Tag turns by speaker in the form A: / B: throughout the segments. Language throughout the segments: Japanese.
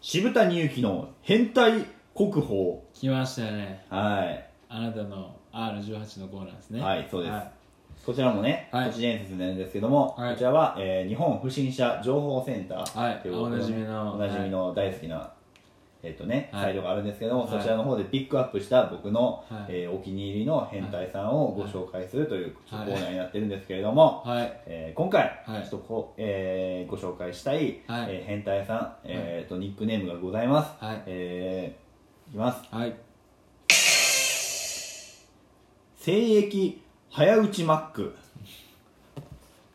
A: 渋谷由紀の変態国宝
B: 来ましたよね
A: はい、
B: あなたの R18 のコーナーですね
A: はいそうです、
B: はい
A: こちらもね、
B: はい
A: 都市伝説なんですけども、
B: はい
A: こちらは、えー日本不審者情報センター、
B: はい
A: ということで
B: おなじみの
A: おなじみの大好きな、えっとね、
B: はい
A: サイトがあるんですけども、
B: はい
A: そちらの方でピックアップした僕の、
B: はい
A: えーお気に入りの変態さんをご紹介するというコ
B: はい
A: ーナーになってるんですけれども、
B: はい
A: えー今回、
B: はい
A: ちょっとこうえーご紹介したい、
B: はい
A: えー変態さん、えーとニックネームがございます、
B: はい
A: えーいきます
B: はい
A: 精液早打ちマック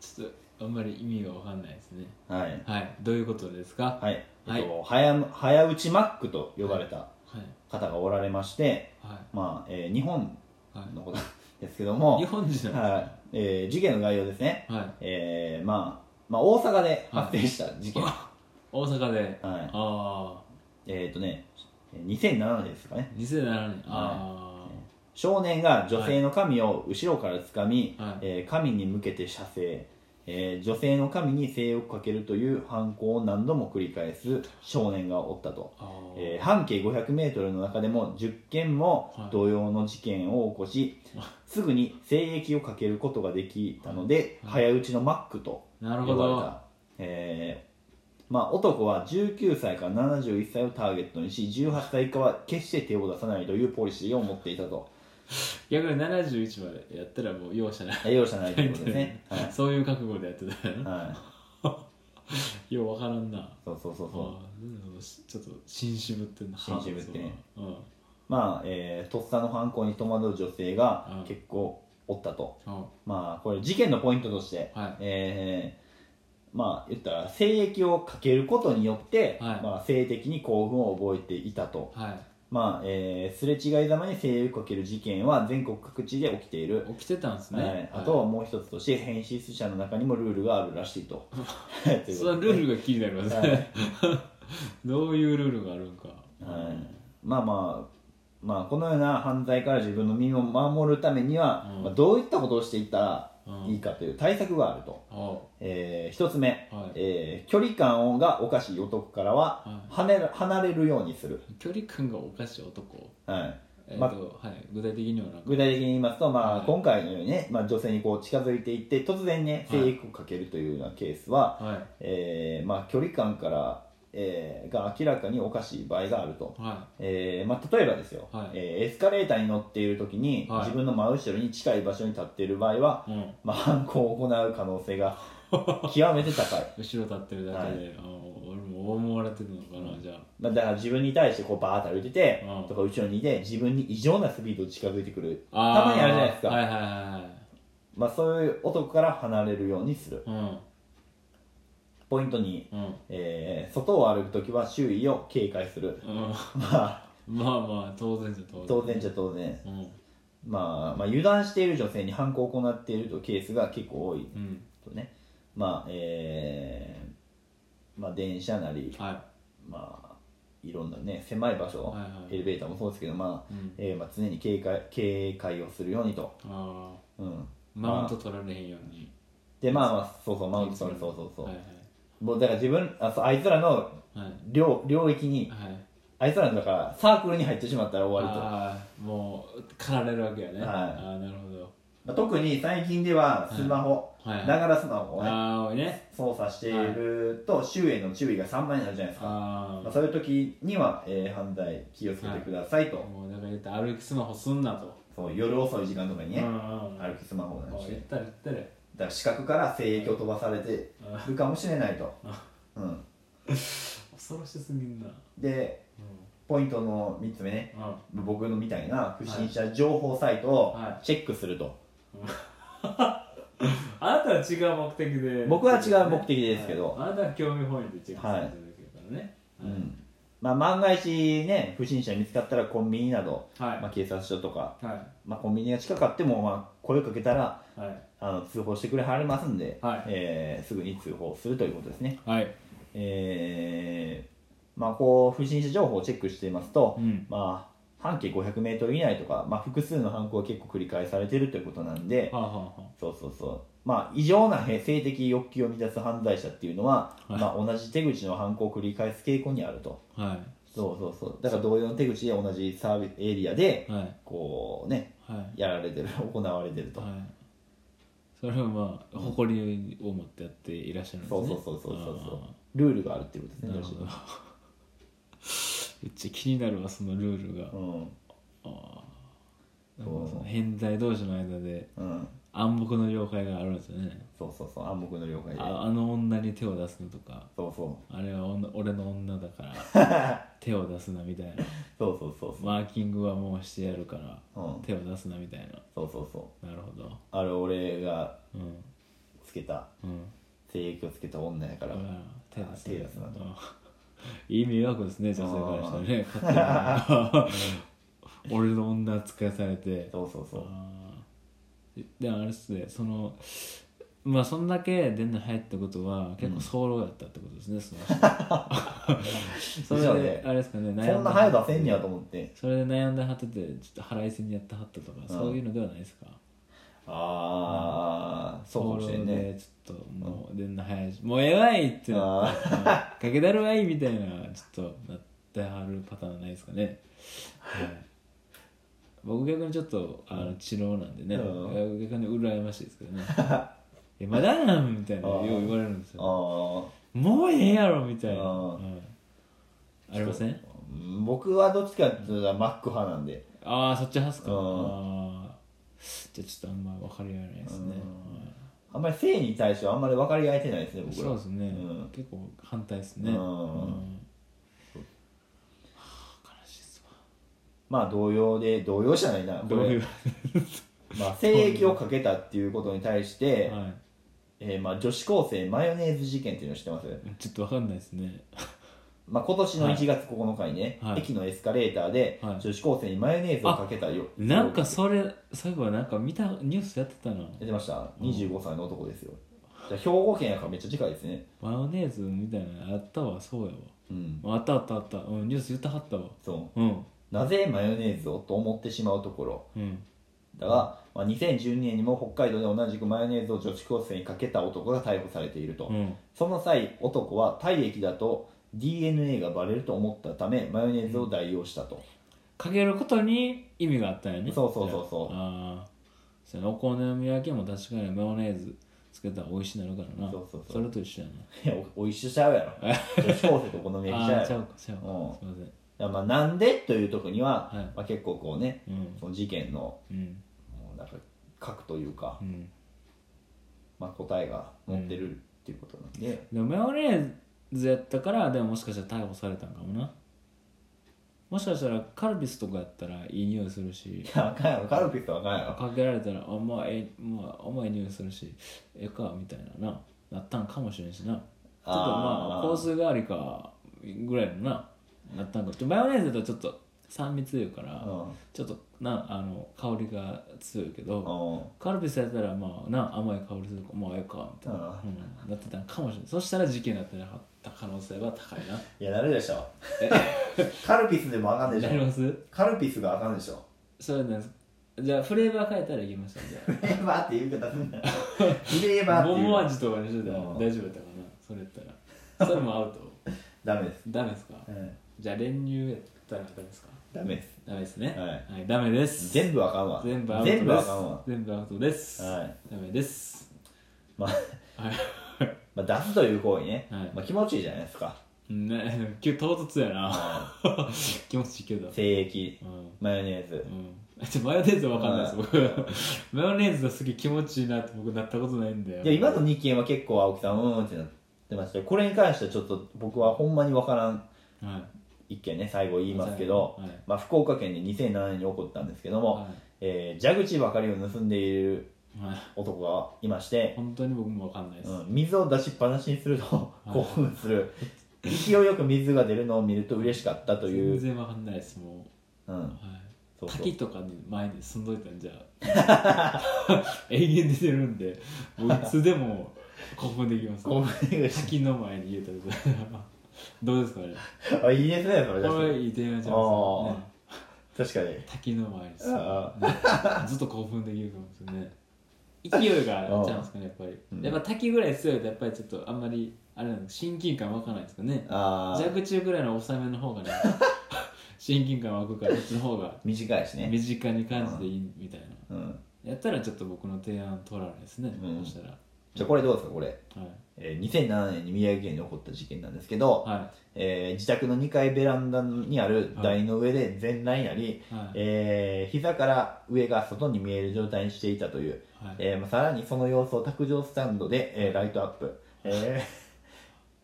B: ちょっとあんまり意味がわかんないですね
A: はい
B: はいどういうことですか
A: はい、
B: はい
A: えっと早む早打ちマックと呼ばれた
B: はい
A: 方がおられまして、
B: は
A: まあえー日本
B: いは
A: のことですけど
B: い日
A: も、
B: 本人なんで
A: はいえー事件の概要ですね、
B: すねはい
A: えーまあ、まあ大阪で発生した 事件、はい
B: 大阪でああ
A: えっ、とね2007年ですかね
B: 2007年あ
A: 少年が女性の髪を後ろから掴み、
B: はい
A: えー髪に向けて射精、えー女性の髪に精をかけるという犯行を何度も繰り返す少年がおったと
B: あああ
A: えー半径 500m の中でも10件も
B: はい
A: 同様の事件を起こ し、すぐに精液をかけることができたので、
B: はい
A: 早打ちのマックと
B: なる
A: 呼
B: ほ
A: ばれ
B: ど
A: た、えーまあ、男は19歳から71歳をターゲットにし18歳以下は決して手を出さないというポリシーを持っていたと
B: 逆に71までやったらもう容赦ない
A: えー容赦ないということです ねはい、
B: そういう覚悟でやってたよな
A: はい、
B: ようわからんな
A: そうそうそうそう
B: ああなんだろうしちょっと紳士ぶってんな
A: 紳士ぶってね
B: うんうん
A: まあ、えーとっさの犯行に戸惑う女性が
B: うん
A: 結構おったと、
B: は
A: まあこれ事件のポイントとして
B: い
A: えーまあ言ったら性液をかけることによって、
B: はい
A: まあ、性的に興奮を覚えていたと、
B: はい
A: まあえーすれ違いざまに性欲をかける事件は全国各地で起きている、
B: 起きてたんですね、
A: はいあとはもう一つとして変質者の中にもルールがあるらしい とという
B: そ
A: こと
B: れは
A: で
B: ルールが気になりますね、
A: は
B: どういうルールがあるんか、
A: はい、まあまあまあこのような犯罪から自分の身を守るためには、
B: うん
A: まあ、どういったことをしていったら
B: うん
A: いいかという対策があると、
B: あは
A: えー一つ目、
B: い、
A: えー距離感がおかしい男からは
B: は
A: 離れ離れるようにする、
B: 距離感がおかしい男
A: はい、
B: えっ、
A: ま
B: と、はい、具体的にはなんか
A: 具体的に言いますと、まあ
B: はい
A: 今回のようにね、まあ、女性にこう近づいていって突然ね
B: はい
A: 性欲をかけるというようなケースは、
B: はい
A: えーまあ、距離感から、えーが明らかにおかしい場合があると。
B: は
A: えーまあ、例えばですよ、
B: はい
A: えーエスカレーターに乗っている時に、
B: はい
A: 自分の真後ろに近い場所に立っている場合は、
B: い、うん、
A: まあ、犯行を行う可能性が極めて高い、
B: 後ろ立ってるだけで、あ俺も思われてるのかな、じゃあ
A: まあ、だから自分に対してこうバーッと歩いてて、
B: うん
A: とか後ろにいて自分に異常なスピードで近づいてくる
B: あー
A: たまにあるじゃないですか
B: はいはいはいはい
A: まあ、そういう男から離れるようにする
B: うん
A: ポイント2、
B: うん
A: えー外を歩く時は周囲を警戒する
B: うん
A: ま あ
B: まあまあ当然じゃ当然
A: 当然じゃ当然、
B: うん
A: まあ、まあ油断している女性に犯行を行っているというケースが結構多い
B: うん
A: とねまあえーまあ電車なり
B: はい
A: まあいろんなね狭い場所、
B: はいはい
A: エレベーターもそうですけど、まあ
B: うん
A: えーまあ、常に警戒警戒をするようにと、
B: ああ
A: うん、
B: マウント取られへんように
A: でまあまあそうそうマウント取るそうそうそう、
B: はい
A: もうだから自分あそうあいつらの
B: はい
A: 領領域に
B: はいはい
A: あいつらのだからサークルに入ってしまったら終わりと、
B: ああもう狩られるわけやね
A: はい
B: ああなるほど
A: まあ、特に最近ではスマホ
B: はいはい
A: ながらスマホをね
B: ああ多いね
A: 操作していると周囲への注意が散漫になるじゃないですか、
B: あ
A: まあ、
B: あ
A: そういう時には、えー犯罪気をつけてくださいと、
B: もうだから言ったら歩きスマホすんなと
A: そう夜遅い時間とかに
B: うんう
A: ね、
B: ん
A: 歩きスマホなん
B: も
A: し
B: う
A: て
B: 言
A: だ
B: ったら言った
A: か
B: ら
A: ら視覚から性液を飛ばされて
B: あ
A: るかもしれないと、うん、
B: 恐ろしすぎんな
A: で
B: う
A: ポイントの3つ目ね
B: んうん
A: 僕のみたいな不審者情報サイトを
B: は
A: チェックすると、
B: あなたは違う目的で
A: 僕は違う目的ですけど
B: はいあなたは興味本位でチェックされてるだけだからね
A: うんまあ、万が一ね不審者見つかったらコンビニなど、
B: はい
A: まあ、警察署とか、
B: は
A: まあ、コンビニが近かっても、まあ、声かけたら
B: いはい
A: あの通報してくれはりますんで、
B: はい
A: えーすぐに通報するということですね、
B: はい
A: えーまあ、こう不審者情報をチェックしていますと、
B: うん
A: まあ、半径 500m 以内とか、まあ、複数の犯行が結構繰り返されているということなんで、
B: はあはあはあ
A: そうそうそうまあ、異常な性的欲求を満たす犯罪者っていうのは、
B: はい
A: まあ、同じ手口の犯行を繰り返す傾向にあると
B: は
A: そうそうそうだから同様の手口で同じサービスエリアで
B: いはい
A: こうね
B: はい
A: やられてる 行われてると、
B: はいそれはまあ誇りを持ってやっていらっしゃるんです
A: そう
B: ね
A: そうそうそうそう
B: あ
A: そうルールがあるっていうことです
B: ー
A: ね
B: なるほどめっちゃ気になるわそのルールが
A: どうし
B: なんかその変態同士の間で
A: うんうん
B: 暗黙の了解があるんですよね
A: そうそうそう暗黙の了解で
B: ああの女に手を出すのとか
A: そうそう
B: あれは女俺の女だから 手を出すなみたいな
A: そうそうそうそう
B: マーキングはもうしてやるから
A: うん
B: 手を出すなみたい
A: そうそうそ
B: ななるほど
A: うあれ俺が
B: うん
A: つけた
B: うん
A: 性欲をつけた女やから、
B: あ手出すな
A: 手出すなと
B: うん 意味わくですね女性からしたらね勝手 に俺の女扱いされて
A: そうそうそう
B: あーであれっすねそのまあそんだけ出んの入ったことは結構早漏だったってことですね、その 人
A: じゃ
B: そ
A: あ
B: れ
A: ね
B: であれですかね
A: そんな
B: は
A: 早出せんねやと思って
B: それで悩んではっててちょっと腹いせにやってはったとか、そういうのではないですか
A: ああそうかもしれんね
B: でちょっともう出んの早いし、もうええわいってなってうん かけだるわいみたいなちょっとなってはるパターンないですかね、はい僕逆にちょっとあの治療なんでね、
A: う
B: 逆に羨ましいですけどね えまだなんみたいな
A: あ
B: よ
A: ー
B: う言われるんです
A: あ
B: よ
A: ー
B: もうええやろみたいな、
A: あー
B: うんありません
A: うん僕はどっちかっていうとマック派なんで
B: ああそっち派っすか
A: うん
B: あーじゃあちょっとあんま分かり合えないですね、
A: うん
B: はい
A: あんまり性に対してはあんまり分かり合えてないですね僕ら
B: そうですね、
A: うん
B: 結構反対ですね、
A: うん
B: はあ悲しいっす
A: まあ同様で同様じゃないな
B: わ
A: これまあ性欲をかけたっていうことに対して、
B: は
A: えーまあ、女子高生マヨネーズ事件っていうの知ってます
B: いちょっとわかんないですね
A: まあ、今年の1月9日にね、
B: はい
A: 駅のエスカレーターで
B: はい
A: 女子高生にマヨネーズをかけたよ、
B: なんかそれそういえばなんか見たニュースやってたな
A: 出てました25歳の男ですよ、じゃあ兵庫県やからめっちゃ近いですね
B: マヨネーズみたいなのあったわそうや
A: うん
B: わあったあったあった、うん、ニュース言ったはったわ
A: そ
B: うん
A: うなぜマヨネーズをと思ってしまうところ
B: うん
A: だが、まあ、2012年にも北海道で同じくマヨネーズを女子高生にかけた男が逮捕されていると、
B: うん
A: その際男は体液だと DNA がバレると思ったためマヨネーズを代用したと、
B: かけることに意味があったんやね
A: そうそうそうそう
B: ああそうやなお好み焼きも確かにマヨネーズつけたら美味しいなるからな
A: そうそうそう
B: それと一緒やな
A: おいやおおいしちゃうや ろ女子高生とお好み焼きちゃう
B: ああ
A: や
B: ちゃ
A: ろ
B: うかちゃうか
A: うん
B: すいません
A: だからまあなんでというとこには、
B: はい
A: まあ、結構こうね
B: うん
A: その事件の
B: うん
A: もうなんか核というか、
B: うん
A: まあ、答えが載ってるっていうことなんで、
B: でもマヨネーズやったからでももしかしたら逮捕されたんかもなもしかしたらカルピスとかやったらいい匂いするし
A: いやあかんやろカルピスはあかんやろ
B: かけられたらあまあええまあ、あまあええ匂いするしええかみたいなななったんかもしれんしなちょっとま
A: あ
B: あ
A: ー
B: 香水代わりかぐらいのななったんかちょマヨネーズだとちょっと酸味強いから、
A: う
B: ちょっとなあの香りが強いけど、
A: んうん
B: カルピスやったらまあな甘い香りするからまあええかみたいな、うん、なってたんかもしれないそしたら事件になってなかった可能性は高いない
A: やなるでしょカルピスでもあかんで
B: な
A: し
B: り
A: ょ
B: ます
A: カルピスがあかんでしょ
B: そうなんですじゃあフレーバー変えたらいきましたじゃ
A: フレーバーって言う方すん なよフレー
B: あ
A: バーって
B: ボ
A: 言う
B: ン
A: 方
B: 味とかにしてたら
A: うん
B: 大丈夫だったかなそれやったらそれもアウト
A: ダメです、
B: ダメですか
A: うん、
B: じゃあ練乳やったらダメですか
A: ダメです
B: ダメですね、
A: はい
B: ダメです
A: 全部あかんわ
B: 全部アウトです
A: 全部あかんわ
B: 全部アウトです、
A: はい
B: ダメです
A: まあ
B: はい
A: まあ、出すという行為ね、
B: はい
A: まあ、気持ちいいじゃないですか
B: ね今日唐突やな 気持ちいいけど
A: 精液
B: うん
A: マヨネーズ
B: うん、 ちょマヨネーズは分かんないです僕 マヨネーズがすげえ気持ちいいなって僕なったことないんだよ
A: いや今の2件は結構青木さんうーんってなってましたよこれに関してはちょっと僕はほんまにわからん
B: は
A: 一件ね最後言
B: い
A: いますけど、
B: はい
A: まあ、福岡県で2007年に起こったんですけども、
B: は
A: えー蛇口ばかりを盗んでいる
B: い、はい、
A: 男がいまして、
B: 本当に僕も分かんないです、
A: うん、水を出しっぱなしにすると
B: い
A: 興奮する、勢いよく水が出るのを見ると嬉しかったとい
B: 全
A: う、
B: 然分かんないですも
A: う
B: う、
A: ん、
B: はい、
A: そうそう
B: 滝とかに前に住んどいたんじゃ 永遠出てるんでもういつでも 興奮できます
A: 興奮でき
B: 滝の前に家建て たらどうですかね
A: あいいですねそれ
B: これいい提案じゃないですか、ね、
A: 確かに
B: 滝の前に
A: あ
B: さ、ずっと興奮できるかもしれない勢いがちゃうんですかねやっぱり、
A: うん
B: やっぱ滝ぐらい強いとやっぱりちょっとあんまりあれなんです親近感湧かないですかね
A: ああ
B: 弱中ぐらいの抑えめの方がね 親近感湧くからこっちの方が
A: 短いしね
B: 身近に感じていいみたいな、
A: うん
B: やったらちょっと僕の提案取られですね、
A: うん
B: そしたらは
A: じゃあこれどうですかこれ、
B: い
A: えー2007年に宮城県で起こった事件なんですけど、
B: は
A: えー自宅の2階ベランダにある台の上で全裸になり、
B: いはい
A: えー膝から上が外に見える状態にしていたという、
B: はい
A: えーまあ、さらにその様子を卓上スタンドで、えーライトアップ、えー
B: はい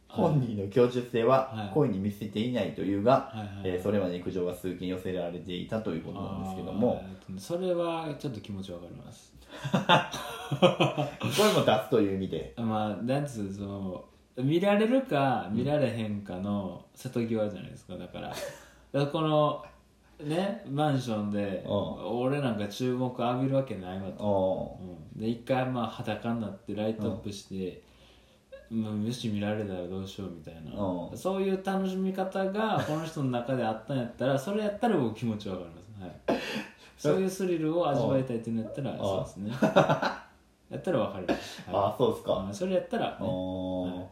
A: 本人の供述で
B: は
A: はい故意に見せていないというが、
B: はいはい
A: えーそれまでに苦情が数件寄せられていたということなんですけども
B: あーそれはちょっと気持ちわかります
A: これも出すという意味で
B: まあなんつうその見られるか見られへんかの瀬戸際じゃないですかだ からだからこのねマンションで
A: うん
B: 俺なんか注目浴びるわけないわと、
A: お
B: うんで一回まあ裸になってライトアップして、まあ、もし見られたらどうしようみたいな
A: うん
B: そういう楽しみ方がこの人の中であったんやったらそれやったら僕気持ちわかります、 はい、そういうスリルを味わいたいっていうのやったら
A: ん
B: そうです ねやったらわかります、
A: ー
B: はい
A: ああそうですか、
B: うんそれやったら、ね、
A: お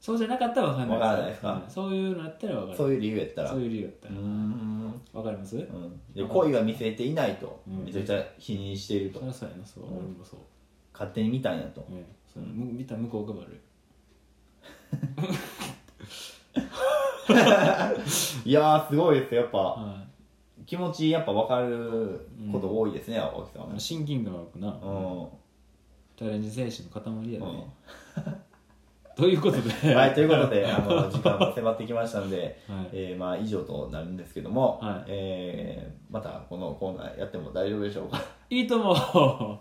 B: そうじゃなかったらわかんない
A: わからないですか
B: うんそういうのやったらわか
A: ー
B: る
A: そういう理由やったら
B: そういう理由やった
A: う
B: ら
A: ーん
B: わかります、
A: うんで恋が見せていないと、
B: うん
A: めちゃくちゃ否認していると
B: そりゃそうやなそう、
A: うん
B: 俺もそう、
A: 勝手に見たんやと、
B: うん、そのむ見た向こうが悪い
A: いやーすごいですやっぱ
B: は
A: 気持ちやっぱ分かること多いですね、青木さん
B: い親近感が湧くな、
A: は
B: チャレンジ精神の塊や
A: う
B: ね、
A: ん、
B: ということ
A: う
B: で
A: ん、はいということ であの時間も迫ってきましたんで、
B: はい
A: えーまあ以上となるんですけども、
B: はい
A: えーまたこのコーナーやっても大丈夫でしょうか
B: いいとも